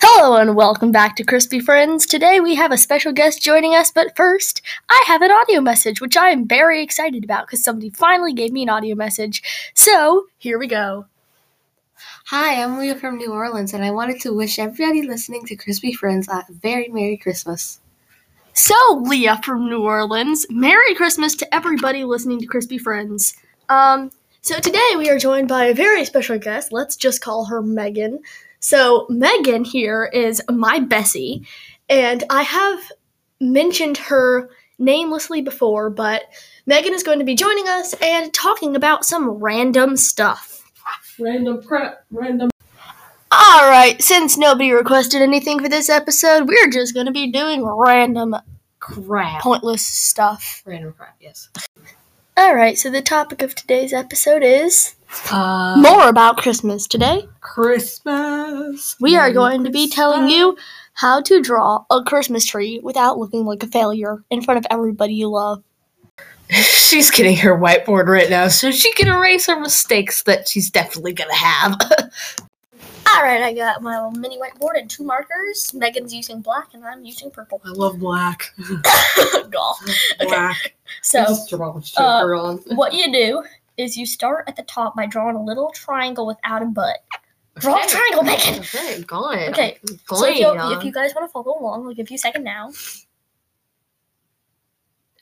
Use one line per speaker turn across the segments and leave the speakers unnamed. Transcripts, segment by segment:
Hello and welcome back to Crispy Friends. Today we have a special guest joining us, but first, I have an audio message, which I am very excited about because somebody finally gave me an audio message. So, here we go.
Hi, I'm Leah from New Orleans, and I wanted to wish everybody listening to Crispy Friends a very Merry Christmas.
So, Leah from New Orleans, Merry Christmas to everybody listening to Crispy Friends. Um, so today we are joined by a very special guest. Let's just call her Megan. So, Megan here is my Bessie, and I have mentioned her namelessly before, but Megan is going to be joining us and talking about some random stuff.
Random crap, random.
All right, since nobody requested anything for this episode, we're just going to be doing random,
Crap.
pointless stuff.
Random crap, yes.
All right, so the topic of today's episode is
Uh,
more about Christmas. Today,
Christmas.
we are
Merry
going to be telling
Christmas.
you how to draw a Christmas tree without looking like a failure in front of everybody you love.
she's getting her whiteboard right now, so she can erase her mistakes that she's definitely gonna have.
All right, I got my little mini whiteboard and two markers. Megan's using black and I'm using purple.
I love black.
Doll. Okay.
Black.
So,
Just draw what
uh,
you're on.
what you do is you start at the top by drawing a little triangle without a butt. Draw a
Okay.
triangle, Megan.
Okay, gone.
Okay,
Gone.
so if you, if you guys want to follow along, we'll give you a second now.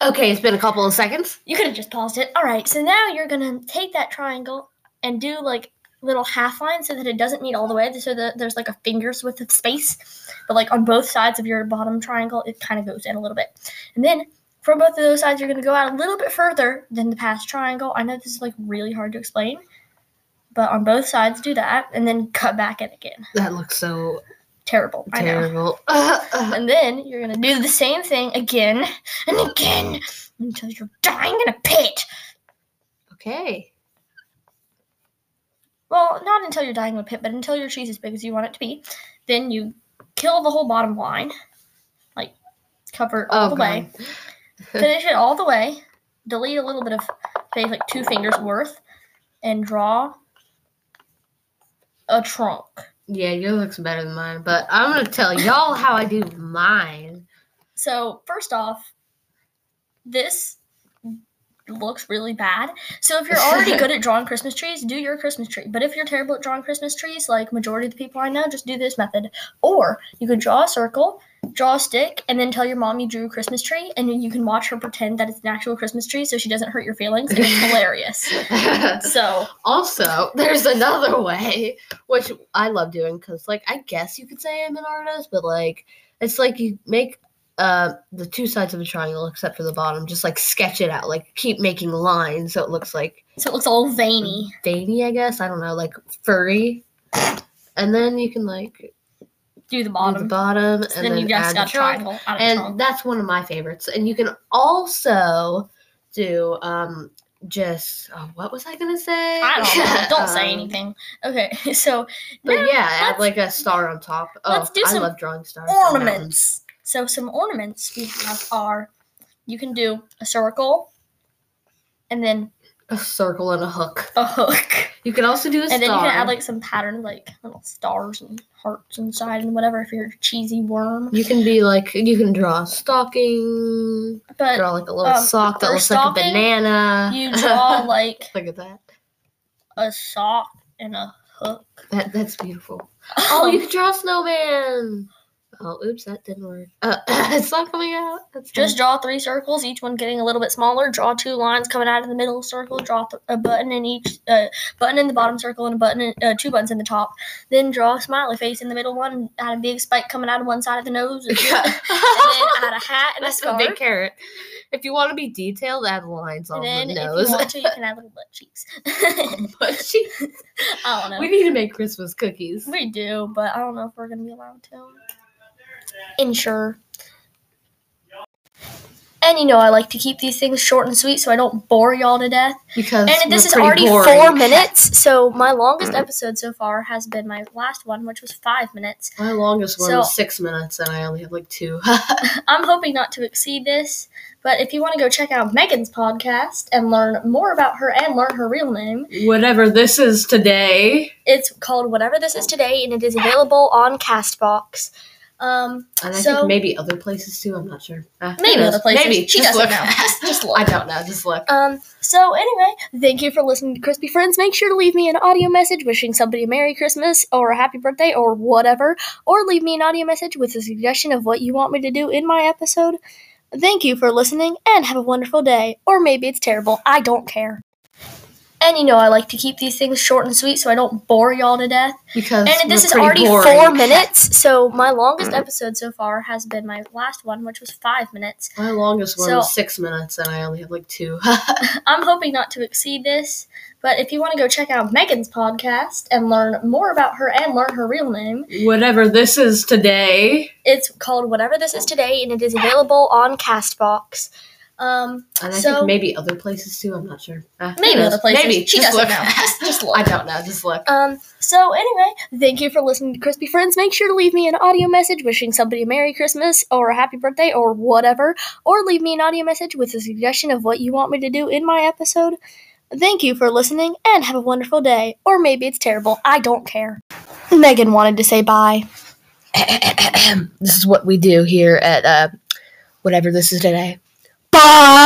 okay, it's been a couple of seconds.
You could have just paused it. All right, so now you're gonna take that triangle and do like little half lines so that it doesn't meet all the way, so that there's like a finger's width of space, but like on both sides of your bottom triangle, it kind of goes in a little bit. And then from both of those sides, you're gonna go out a little bit further than the past triangle. I know this is like really hard to explain, but on both sides, do that, and then cut back in again.
That looks so
Terrible. I know.
terrible. Uh, uh,
And then you're gonna do the same thing again and again until you're dying in a pit.
okay.
Well, not until you're dying in a pit, but until your cheese is as big as you want it to be. Then you kill the whole bottom line, like cover it all
Oh,
the way,
God.
finish it all the way, delete a little bit of, say, like two fingers worth, and draw a trunk.
Yeah, yours looks better than mine, but I'm gonna tell y'all how I do mine.
So, first off, this looks really bad. So, if you're already good at drawing Christmas trees, do your Christmas tree. But if you're terrible at drawing Christmas trees, like majority of the people I know, just do this method. Or you could draw a circle, draw a stick, and then tell your mom you drew a Christmas tree, and then you can watch her pretend that it's an actual Christmas tree so she doesn't hurt your feelings. and It's hilarious. So,
also, there's another way, which I love doing because, like, I guess you could say I'm an artist, but like, it's like you make uh, the two sides of a triangle except for the bottom, just like sketch it out, like keep making lines so it looks like
so it looks all veiny.
veiny, I guess. I don't know, like furry. And then you can like do
Do the bottom.
the bottom,
So
and
then,
then,
you just
add
got
the
a
triangle
triangle. Out of
and that's one of my favorites. And you can also do um just oh, what was I gonna say?
I don't know. Don't say
Um,
anything. Okay, so
But
No,
yeah, add
let's-
like a star on top. Oh,
let's do
I
some
love drawing stars. on mountains.
ornaments. So some ornaments we have are you can do a circle and then
A circle and a hook.
a hook.
You can also do a star.
And then you can add like some pattern like little stars and hearts inside and whatever if you're a cheesy worm.
You can be like you can draw a stocking,
But
draw like a little
um,
sock that
for
looks like
stocking,
a banana.
you draw like
Look at that.
a sock and a hook.
That that's beautiful. Oh, you
Um,
can draw a snowman. Oh, oops, that didn't work. Uh, it's not coming out. That's
just draw three circles, each one getting a little bit smaller. Draw two lines coming out of the middle circle. Draw th- a button in each uh, button in the bottom circle and a button, in, uh, two buttons in the top. Then draw a smiley face in the middle one, add a big spike coming out of one side of the nose, and then add a hat and a
That's
scarf.
a big carrot. If you want to be detailed, add lines on
and then,
the
if
nose.
you want to, you can add little butt cheeks.
But she-
I don't know.
we
We,
need to make Christmas cookies.
do, but I don't know if we're gonna be allowed to. Insure. And you know, I like to keep these things short and sweet so I don't bore y'all to death.
Because
and this
we're
is
pretty
already
boring.
four minutes, so my longest episode so far has been my last one, which was five minutes.
My longest one
So-
was six minutes, and I only have like two.
I'm hoping not to exceed this, but if you want to go check out Megan's podcast and learn more about her and learn her real name,
Whatever this is today.
it's called Whatever This Is Today, and it is available on Castbox. Um,
And I
So-
think maybe other places too. I'm not sure. Uh, who
maybe
knows?
other places.
Maybe.
She
Just
doesn't
look.
know. Just, just look.
I don't know. Just look.
Um, so anyway, thank you for listening to Crispy Friends. Make sure to leave me an audio message wishing somebody a Merry Christmas or a Happy Birthday or whatever, or leave me an audio message with a suggestion of what you want me to do in my episode. Thank you for listening and have a wonderful day. Or maybe it's terrible. I don't care. And you know, I like to keep these things short and sweet so I don't bore y'all to death.
Because
And this
we're
is already
pretty boring.
four minutes, so my longest episode so far has been my last one, which was five minutes.
My longest one
So-
was six minutes, and I only have like two.
I'm hoping not to exceed this, but if you want to go check out Megan's podcast and learn more about her and learn her real name,
Whatever this is today.
it's called Whatever This Is Today, and it is available on Castbox. Um,
And I
So-
think maybe other places too. I'm not sure. Uh, who
maybe
knows?
other places.
Maybe.
She
Just
doesn't
look.
know. Just, just look.
I don't know. Just look.
Um, so anyway, thank you for listening to Crispy Friends. Make sure to leave me an audio message wishing somebody a Merry Christmas or a Happy Birthday or whatever, or leave me an audio message with a suggestion of what you want me to do in my episode. Thank you for listening and have a wonderful day. Or maybe it's terrible. I don't care. Megan wanted to say bye.
This is what we do here at uh, whatever this is today.
Bye!